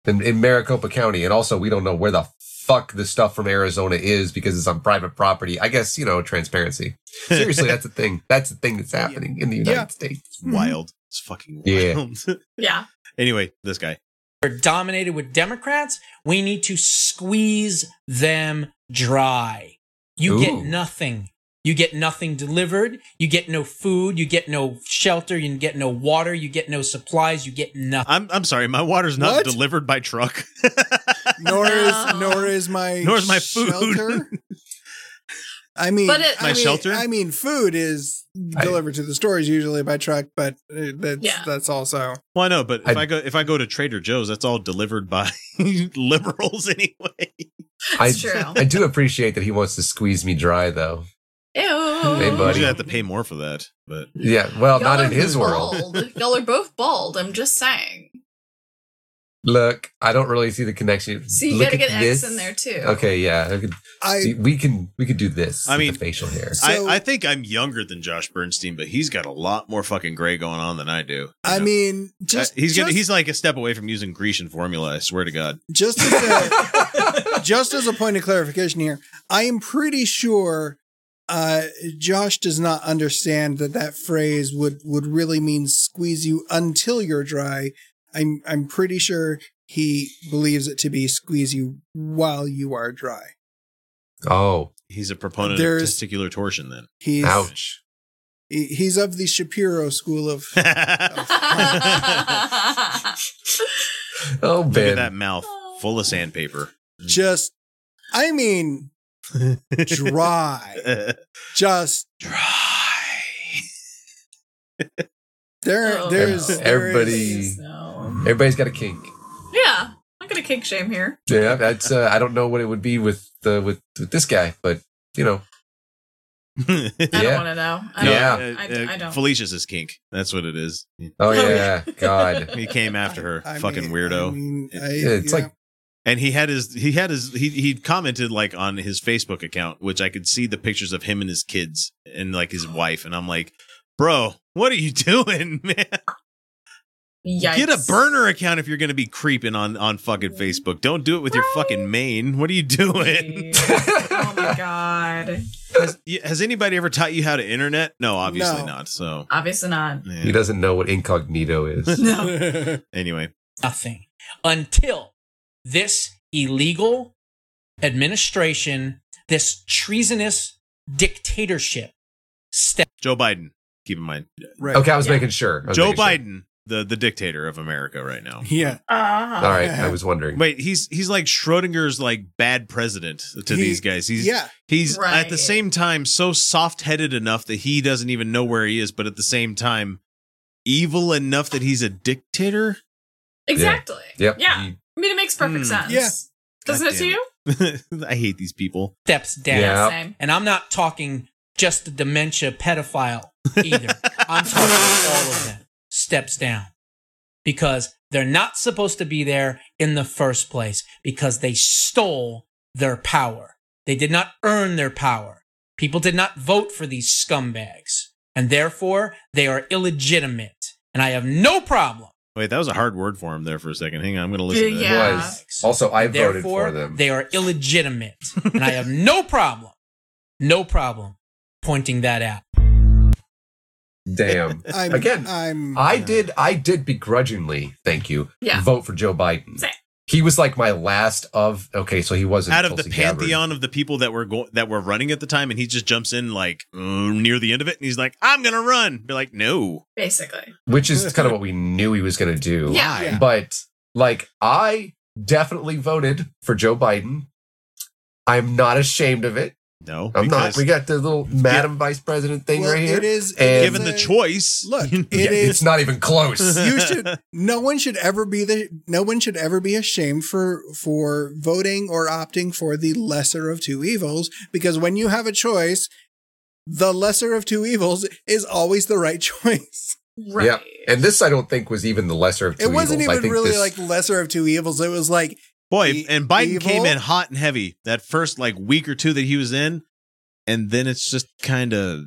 Speaker 4: in, in Maricopa County. And also, we don't know where the fuck the stuff from Arizona is because it's on private property. I guess, you know, transparency. Seriously, that's a thing. That's a thing that's happening in the United
Speaker 3: Yeah.
Speaker 4: States.
Speaker 1: wild. It's fucking
Speaker 4: Yeah.
Speaker 1: wild.
Speaker 2: yeah.
Speaker 1: anyway, this guy.
Speaker 5: We're dominated with Democrats. We need to squeeze them dry. You
Speaker 4: Ooh.
Speaker 5: get nothing. You get nothing delivered. You get no food. You get no shelter. You get no water. You get no supplies. You get nothing.
Speaker 1: I'm I'm sorry, my water's not
Speaker 3: What?
Speaker 1: delivered by truck.
Speaker 3: Nor is
Speaker 2: No.
Speaker 3: nor is my
Speaker 1: Nor is my food.
Speaker 3: shelter. I mean,
Speaker 2: But it-
Speaker 3: I
Speaker 1: My
Speaker 3: mean-
Speaker 1: shelter?
Speaker 3: I mean, food is
Speaker 4: I-
Speaker 3: delivered to the stores usually by truck, but uh, that's
Speaker 2: Yeah.
Speaker 3: that's also
Speaker 1: well, I know, but if
Speaker 4: I-
Speaker 1: I go if I go to Trader Joe's, that's all delivered by liberals anyway.
Speaker 2: That's
Speaker 4: I,
Speaker 2: true.
Speaker 4: I do appreciate that he wants to squeeze me dry, though.
Speaker 2: Ew.
Speaker 4: Hey,
Speaker 1: You
Speaker 4: buddy.
Speaker 1: should have to pay more for that, but
Speaker 4: Yeah. Well,
Speaker 2: Y'all
Speaker 4: not in
Speaker 2: are
Speaker 4: his world.
Speaker 2: bald. Y'all are both bald. I'm just saying.
Speaker 4: Look, I don't really see the connection.
Speaker 2: See, you
Speaker 4: Look
Speaker 2: gotta
Speaker 4: at
Speaker 2: get
Speaker 4: this.
Speaker 2: X in there too.
Speaker 4: Okay, yeah. I could-
Speaker 3: I.
Speaker 4: we can we could do this.
Speaker 1: I
Speaker 4: with
Speaker 1: mean-
Speaker 4: the facial hair.
Speaker 3: So-
Speaker 1: I, I think I'm younger than Josh Bernstein, but he's got a lot more fucking gray going on than I do. you
Speaker 3: I
Speaker 1: know?
Speaker 3: mean, just
Speaker 1: Uh, he's
Speaker 3: just,
Speaker 1: gonna he's like a step away from using Grecian formula. I swear to God.
Speaker 3: just as a, just as a point of clarification here. I am pretty sure uh, Josh does not understand that that phrase would would really mean squeeze you until you're dry. I'm I'm pretty sure he believes it to be squeeze you while you are dry.
Speaker 4: Oh,
Speaker 1: He's a proponent of
Speaker 3: There's-
Speaker 1: testicular torsion. Then
Speaker 3: He's
Speaker 4: ouch.
Speaker 3: he, he's of the Shapiro school of
Speaker 4: Hmm.
Speaker 1: look
Speaker 2: Oh,
Speaker 4: Oh,
Speaker 1: at
Speaker 4: Ben.
Speaker 1: that mouth full of sandpaper.
Speaker 3: just I mean dry. Just
Speaker 1: Dry.
Speaker 3: there
Speaker 2: Oh, no.
Speaker 3: there's there is-
Speaker 4: Everybody-
Speaker 2: Please, no.
Speaker 4: Everybody's got a kink.
Speaker 2: Yeah. I'm gonna kink shame here.
Speaker 4: Yeah, that's. Uh, I don't know what it would be with the with, with this guy, but you know,
Speaker 2: I
Speaker 4: Yeah.
Speaker 2: don't wanna know. I
Speaker 1: No,
Speaker 2: don't
Speaker 4: Yeah.
Speaker 1: uh,
Speaker 2: I- I
Speaker 1: uh,
Speaker 2: don't.
Speaker 1: Felicia's his kink. That's what it is.
Speaker 4: oh
Speaker 2: Oh,
Speaker 4: yeah, God,
Speaker 1: He came after her,
Speaker 3: I
Speaker 1: fucking
Speaker 3: mean-
Speaker 1: weirdo.
Speaker 3: I mean, I-
Speaker 4: Yeah, it's
Speaker 3: yeah.
Speaker 4: like
Speaker 1: and he had his he had his he he commented like on his Facebook account, which I could see the pictures of him and his kids and like his wife, and I'm like, bro, what are you doing, man?
Speaker 2: Yikes.
Speaker 1: Get a burner account if you're gonna be creeping on on fucking Facebook. Don't do it with your
Speaker 2: Right.
Speaker 1: fucking main. What are you doing?
Speaker 2: Jeez. oh my god.
Speaker 1: has, y- has anybody ever taught you how to internet? No, obviously
Speaker 3: No.
Speaker 1: not. So
Speaker 2: Obviously not.
Speaker 1: yeah.
Speaker 4: he doesn't know what incognito is.
Speaker 2: No.
Speaker 1: anyway,
Speaker 5: nothing until this illegal administration, this treasonous dictatorship steps
Speaker 1: Joe Biden. Keep in mind,
Speaker 3: right.
Speaker 4: Okay, I was
Speaker 2: Yeah.
Speaker 4: making sure. I was
Speaker 1: Joe
Speaker 4: making sure.
Speaker 1: Biden, the the dictator of America right now.
Speaker 3: Yeah.
Speaker 2: Uh-huh.
Speaker 4: All right, I was wondering.
Speaker 1: Wait, he's he's like Schrodinger's like bad president to
Speaker 3: He-
Speaker 1: these guys. He's
Speaker 3: yeah.
Speaker 1: he's at the
Speaker 2: Right.
Speaker 1: same time so soft headed enough that he doesn't even know where he is, but at the same time evil enough that he's a dictator.
Speaker 2: Exactly.
Speaker 4: Yep.
Speaker 2: Yeah.
Speaker 4: he-
Speaker 2: I mean, it makes perfect
Speaker 1: Mm.
Speaker 2: sense.
Speaker 3: Yeah.
Speaker 2: Doesn't
Speaker 1: God
Speaker 2: it
Speaker 1: damn
Speaker 2: to you?
Speaker 1: I hate these people.
Speaker 5: down.
Speaker 4: Yeah.
Speaker 2: Same.
Speaker 5: And I'm not talking just the dementia pedophile either. I'm talking all of them steps down because they're not supposed to be there in the first place because they stole their power. They did not earn their power. People did not vote for these scumbags and therefore they are illegitimate. And I have no problem.
Speaker 1: Wait, that was a hard word for him there for a second. Hang on, I'm gonna
Speaker 2: Yeah,
Speaker 1: listen to that.
Speaker 2: yeah.
Speaker 4: Was also I voted
Speaker 5: therefore
Speaker 4: for them.
Speaker 5: they are illegitimate. and I have no problem, no problem pointing that out.
Speaker 4: Damn.
Speaker 3: I'm,
Speaker 4: Again,
Speaker 3: I'm
Speaker 4: I did. I did begrudgingly. Thank you.
Speaker 2: Yeah.
Speaker 4: Vote for Joe Biden.
Speaker 2: Same.
Speaker 4: He was like my last of. Okay, so he wasn't
Speaker 1: Out of the
Speaker 4: Tulsi Gabbard.
Speaker 1: pantheon of the people that were go- that were running at the time, and he just jumps in like mm, near the end of it, and he's like, "I'm gonna run." Be like, "No,
Speaker 2: Basically.
Speaker 4: which is kind of what we knew he was going to do.
Speaker 2: Yeah.
Speaker 3: Yeah.
Speaker 4: But like, I definitely voted for Joe Biden. I'm not ashamed of it.
Speaker 1: no,
Speaker 4: I'm
Speaker 1: because
Speaker 4: not. We got the little Madam Vice President thing
Speaker 3: well,
Speaker 4: right here.
Speaker 3: It is
Speaker 4: And-
Speaker 1: given the choice,
Speaker 3: Look,
Speaker 1: you
Speaker 3: it
Speaker 1: know,
Speaker 4: Yeah, it's
Speaker 3: is.
Speaker 4: not even close.
Speaker 3: you should. No one should ever be the. No one should ever be ashamed for for voting or opting for the lesser of two evils because when you have a choice, the lesser of two evils is always the right choice.
Speaker 2: Right.
Speaker 4: Yeah. And this, I don't think, was even the lesser of two
Speaker 3: It wasn't
Speaker 4: evils. I
Speaker 3: even
Speaker 4: think
Speaker 3: really
Speaker 4: this-
Speaker 3: like lesser of two evils. It was like
Speaker 1: Boy,
Speaker 3: E-
Speaker 1: and Biden
Speaker 3: evil?
Speaker 1: came in hot and heavy that first like week or two that he was in. and then it's just kind of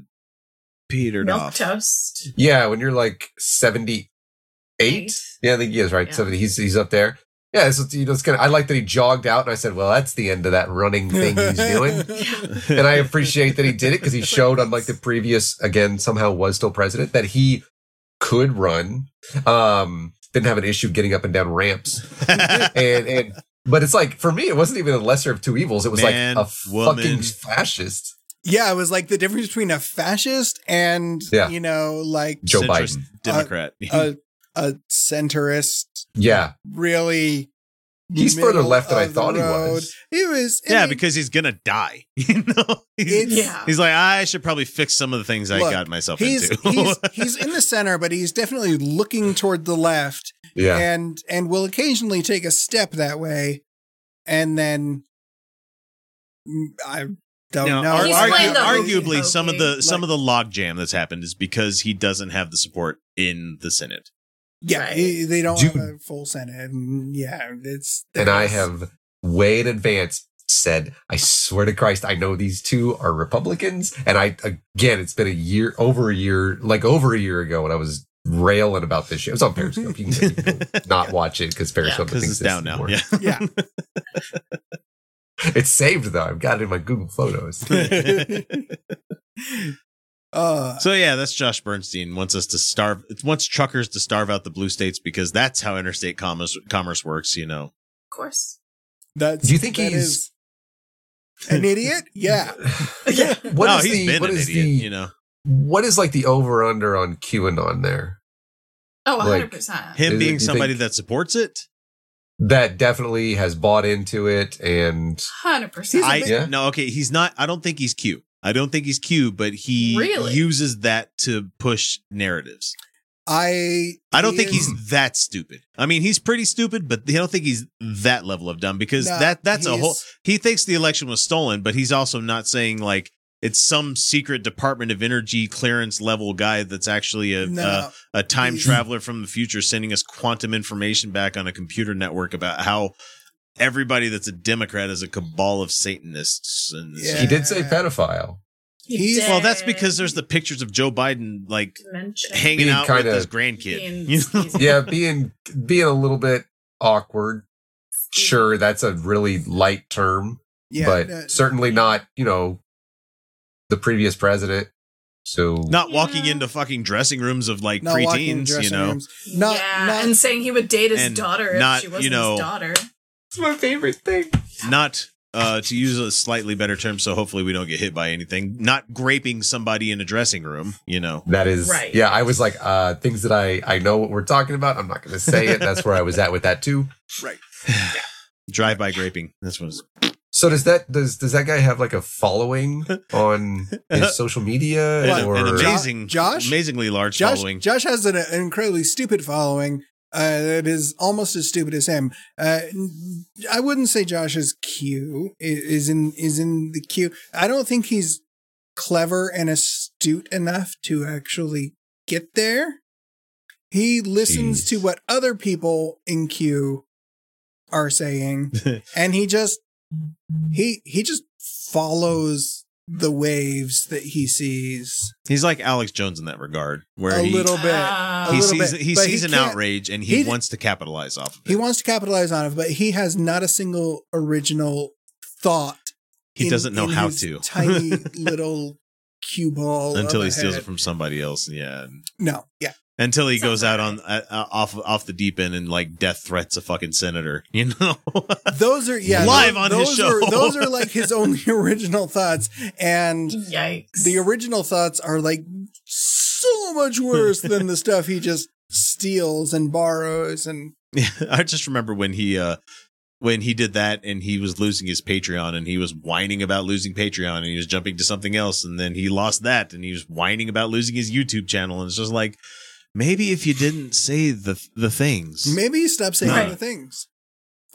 Speaker 1: petered
Speaker 2: Milk
Speaker 1: off.
Speaker 2: toast.
Speaker 4: Yeah, when you're like 78. Yeah, I think he is right.
Speaker 2: Yeah.
Speaker 4: 70. He's he's up there. Yeah, so you know, it's kind of. I like that he jogged out, and I said, "Well, that's the end of that running thing he's doing." and I appreciate that he did it because he showed, unlike the previous, again, somehow was still president, that he could run. Um, didn't have an issue getting up and down ramps, and and but it's like for me, it wasn't even a lesser of two evils. It was
Speaker 1: Man,
Speaker 4: like a
Speaker 1: woman.
Speaker 4: fucking fascist,
Speaker 3: Yeah, it was like the difference between a fascist and
Speaker 4: Yeah.
Speaker 3: you know, like
Speaker 4: Joe
Speaker 1: Centrist
Speaker 4: Biden.
Speaker 1: Democrat.
Speaker 3: a a centrist.
Speaker 4: Yeah,
Speaker 3: Really,
Speaker 4: he's further
Speaker 3: middle
Speaker 4: left than I
Speaker 3: of the
Speaker 4: thought he
Speaker 3: road.
Speaker 4: was.
Speaker 3: It was. I
Speaker 1: yeah,
Speaker 3: mean,
Speaker 1: because he's gonna die. You know, he's,
Speaker 3: it's-
Speaker 2: Yeah.
Speaker 1: he's like, I should probably fix some of the things I
Speaker 3: Look,
Speaker 1: got myself
Speaker 3: he's
Speaker 1: into.
Speaker 3: he's he's in the center, but he's definitely looking toward the left,
Speaker 4: Yeah,
Speaker 3: and and will occasionally take a step that way, and then mm, I don't
Speaker 1: Now,
Speaker 3: know.
Speaker 1: ar-
Speaker 2: He's
Speaker 3: I-
Speaker 2: playing the
Speaker 3: I-
Speaker 2: hokey
Speaker 1: arguably,
Speaker 2: pokey.
Speaker 1: some of the some of the logjam that's happened is because he doesn't have the support in the Senate.
Speaker 3: yeah,
Speaker 2: Right.
Speaker 3: he- they don't have
Speaker 4: Dude.
Speaker 3: a full senate. and Yeah, it's
Speaker 4: and I
Speaker 3: it's-
Speaker 4: have way in advance said, I swear to Christ, I know these two are Republicans. And I, again, it's been a year, over a year, like over a year ago when I was railing about this shit. It was on Periscope. You can, you can not watch it because Periscope
Speaker 1: Because it's down
Speaker 4: doesn't exist
Speaker 1: now.
Speaker 4: anymore.
Speaker 1: Yeah.
Speaker 3: yeah.
Speaker 4: It's saved though. I've got it in my Google Photos.
Speaker 3: Uh,
Speaker 1: So yeah, that's Josh Bernstein wants us to starve. It wants truckers to starve out the blue states because that's how interstate commerce commerce works. You know,
Speaker 2: Of course.
Speaker 3: that's,
Speaker 4: Do you think
Speaker 3: that
Speaker 4: he's-
Speaker 3: is an idiot? Yeah.
Speaker 2: Yeah.
Speaker 4: What
Speaker 1: no,
Speaker 4: is
Speaker 1: he's
Speaker 4: the,
Speaker 1: been
Speaker 4: what
Speaker 1: an
Speaker 4: is
Speaker 1: idiot.
Speaker 4: the,
Speaker 1: you know,
Speaker 4: what is like the over under on QAnon there?
Speaker 2: Oh,
Speaker 4: Like,
Speaker 2: 100%.
Speaker 1: him
Speaker 4: Is it-
Speaker 1: being
Speaker 4: you
Speaker 1: somebody
Speaker 4: think-
Speaker 1: that supports it.
Speaker 4: That definitely has bought into it and
Speaker 2: 100%.
Speaker 3: He's a
Speaker 1: I
Speaker 3: bit-
Speaker 4: Yeah.
Speaker 1: no, okay, he's not. I don't think he's cute. I don't think he's cute, but he
Speaker 2: Really?
Speaker 1: uses that to push narratives.
Speaker 3: I
Speaker 1: I don't
Speaker 3: he
Speaker 1: think
Speaker 3: is-
Speaker 1: he's that stupid. I mean, he's pretty stupid, but I don't think he's that level of dumb because
Speaker 3: no,
Speaker 1: that that's a
Speaker 3: he's-
Speaker 1: whole. He thinks the election was stolen, but he's also not saying like it's some secret Department of Energy clearance level guy that's actually a
Speaker 3: no,
Speaker 1: a, a time
Speaker 3: He's-
Speaker 1: traveler from the future sending us quantum information back on a computer network about how everybody that's a Democrat is a cabal of Satanists. And
Speaker 3: Yeah.
Speaker 4: he did say pedophile.
Speaker 2: He
Speaker 3: he's-
Speaker 1: well, that's
Speaker 2: did
Speaker 1: because there's the pictures of Joe Biden like
Speaker 2: mention-
Speaker 1: hanging
Speaker 4: Being
Speaker 1: out with
Speaker 4: kinda-
Speaker 1: his grandkid.
Speaker 2: being-
Speaker 1: You know?
Speaker 4: yeah, being being a little bit awkward. Sure, that's a really light term,
Speaker 3: yeah,
Speaker 4: but
Speaker 3: no,
Speaker 4: certainly not, you know, the previous president. So
Speaker 1: Not walking
Speaker 2: Yeah.
Speaker 1: into fucking dressing rooms of like
Speaker 3: not walking in
Speaker 1: preteens, you
Speaker 3: dressing
Speaker 1: know.
Speaker 3: rooms. Not-
Speaker 2: yeah,
Speaker 3: not-
Speaker 2: and saying he would date his
Speaker 1: and
Speaker 2: daughter
Speaker 1: not,
Speaker 2: if she wasn't
Speaker 1: you know,
Speaker 2: his daughter.
Speaker 4: it's my favorite thing.
Speaker 1: Not uh to use a slightly better term, so hopefully we don't get hit by anything. Not graping somebody in a dressing room, you know.
Speaker 4: That is
Speaker 2: Right.
Speaker 4: yeah, I was like, uh things that I I know what we're talking about. I'm not gonna say it. That's where I was at with that too.
Speaker 1: Drive by graping. That's what it's
Speaker 4: So does that does does that guy have like a following on his social media
Speaker 1: an,
Speaker 4: or
Speaker 1: an amazing
Speaker 3: Josh?
Speaker 1: amazingly large
Speaker 3: Josh,
Speaker 1: following.
Speaker 3: Josh has an, an incredibly stupid following uh, that is almost as stupid as him. Uh, n- I wouldn't say Josh is Q i- is in is in the Q. I don't think he's clever and astute enough to actually get there. He listens
Speaker 4: Jeez.
Speaker 3: to what other people in Q are saying, and he just he he just follows the waves that he sees.
Speaker 1: He's like Alex Jones in that regard, where
Speaker 3: A
Speaker 1: he,
Speaker 3: little bit.
Speaker 2: Ah.
Speaker 3: a
Speaker 1: he
Speaker 3: little
Speaker 1: sees
Speaker 3: bit,
Speaker 1: he
Speaker 3: but
Speaker 1: sees
Speaker 3: he
Speaker 1: an
Speaker 3: can't-
Speaker 1: outrage and he,
Speaker 3: he-
Speaker 1: wants to capitalize off of it.
Speaker 3: He wants to capitalize on it, but he has not a single original thought.
Speaker 1: He
Speaker 3: in-
Speaker 1: doesn't know
Speaker 3: in
Speaker 1: how
Speaker 3: his
Speaker 1: to
Speaker 3: tiny little cue ball
Speaker 1: until
Speaker 3: of
Speaker 1: he
Speaker 3: a
Speaker 1: steals it
Speaker 3: head.
Speaker 1: from somebody else. Yeah,
Speaker 3: No, yeah,
Speaker 1: until he
Speaker 2: It's
Speaker 1: goes out on
Speaker 2: alright.
Speaker 1: uh, uh, off off the deep end and like death threats a fucking senator. You know,
Speaker 3: those are yeah
Speaker 1: Live
Speaker 3: tho-
Speaker 1: on his
Speaker 3: those Are,
Speaker 1: show.
Speaker 3: those are like his only original thoughts, and
Speaker 2: Yikes.
Speaker 3: the original thoughts are like so much worse than the stuff he just steals and borrows and
Speaker 1: I just remember when he uh when he did that and he was losing his Patreon and he was whining about losing Patreon and he was jumping to something else and then he lost that and he was whining about losing his YouTube channel and it's just like maybe if you didn't say the the things.
Speaker 3: maybe he stopped saying
Speaker 1: Right. Mm-hmm.
Speaker 3: other things.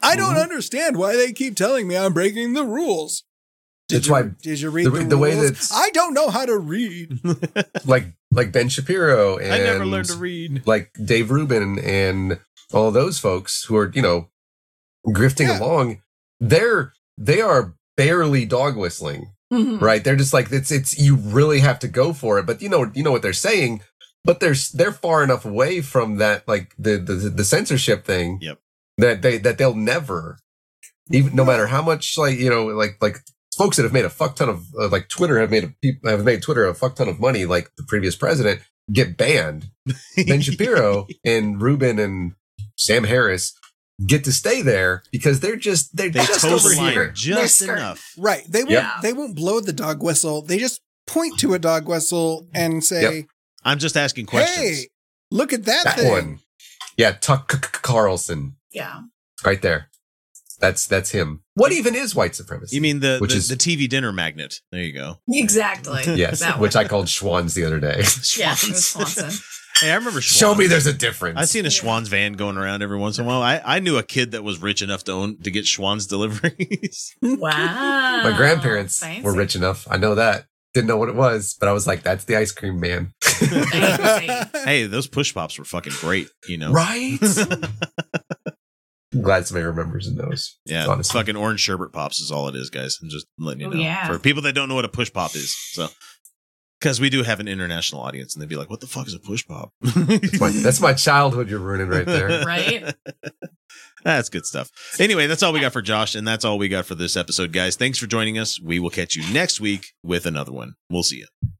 Speaker 3: I don't
Speaker 4: Mhm.
Speaker 3: understand why they keep telling me I'm breaking the rules. Did
Speaker 4: That's
Speaker 3: you,
Speaker 4: why
Speaker 3: did you read
Speaker 4: the-
Speaker 3: the,
Speaker 4: the way
Speaker 3: way that
Speaker 4: that's-
Speaker 3: I don't know how to read.
Speaker 4: like like Ben Shapiro and
Speaker 1: I never learned to read.
Speaker 4: like Dave Rubin and all those folks who are, you know, grifting
Speaker 3: Yeah.
Speaker 4: along, they're they are barely dog whistling.
Speaker 2: Mhm.
Speaker 4: right? They're just like it's it's you really have to go for it, but you know you know what they're saying, but they're s- they're far enough away from that like the the, the censorship thing
Speaker 1: Yep.
Speaker 4: that they that they'll never even no matter how much like you know like like folks that have made a fuck ton of uh, like Twitter have made a, peop- have made Twitter a fuck ton of money like the previous president get banned Ben Shapiro and Ruben and Sam Harris get to stay there because they're just they're
Speaker 1: they
Speaker 4: just
Speaker 1: toe
Speaker 4: over
Speaker 1: the line
Speaker 4: here.
Speaker 1: just
Speaker 2: They're
Speaker 1: enough.
Speaker 3: Right. They won't
Speaker 2: Yeah.
Speaker 3: they won't blow the dog whistle. They just point to a dog whistle and say,
Speaker 1: I'm just asking questions.
Speaker 3: Hey, look at that,
Speaker 4: That
Speaker 3: thing.
Speaker 4: one. Yeah, Tuck C- C- Carlson
Speaker 2: Yeah.
Speaker 4: right there. That's that's him. What even is white supremacy?
Speaker 1: You mean the
Speaker 4: Which
Speaker 1: the,
Speaker 4: is-
Speaker 1: the TV dinner magnet? There you go.
Speaker 2: Exactly.
Speaker 4: yes,
Speaker 2: That
Speaker 4: which
Speaker 2: one.
Speaker 4: I called Schwans the other day.
Speaker 2: Yeah, from Wisconsin.
Speaker 1: Hey, I remember. Schwan's.
Speaker 4: Show me there's a difference.
Speaker 1: I've seen a
Speaker 2: Yeah.
Speaker 1: Schwann's van going around every once in a while. I, I knew a kid that was rich enough to own to get Schwann's deliveries.
Speaker 2: Wow.
Speaker 4: my grandparents
Speaker 2: Fancy.
Speaker 4: were rich enough. I know that. Didn't know what it was, but I was like, "That's the ice cream man."
Speaker 2: Fancy.
Speaker 1: hey, those push pops were fucking great. You know,
Speaker 4: Right? I'm glad somebody remembers and knows.
Speaker 1: yeah,
Speaker 4: Honestly.
Speaker 1: fucking orange sherbet pops is all it is, guys. I'm just letting you
Speaker 2: Oh,
Speaker 1: know
Speaker 2: yeah.
Speaker 1: for people that don't know what a push pop is. So, because we do have an international audience, and they'd be like, "What the fuck is a push pop?"
Speaker 4: That's my, that's my childhood you're ruining right there.
Speaker 2: Right?
Speaker 1: That's good stuff. Anyway, that's all we got for Josh, and that's all we got for this episode, guys. Thanks for joining us. We will catch you next week with another one. We'll see you.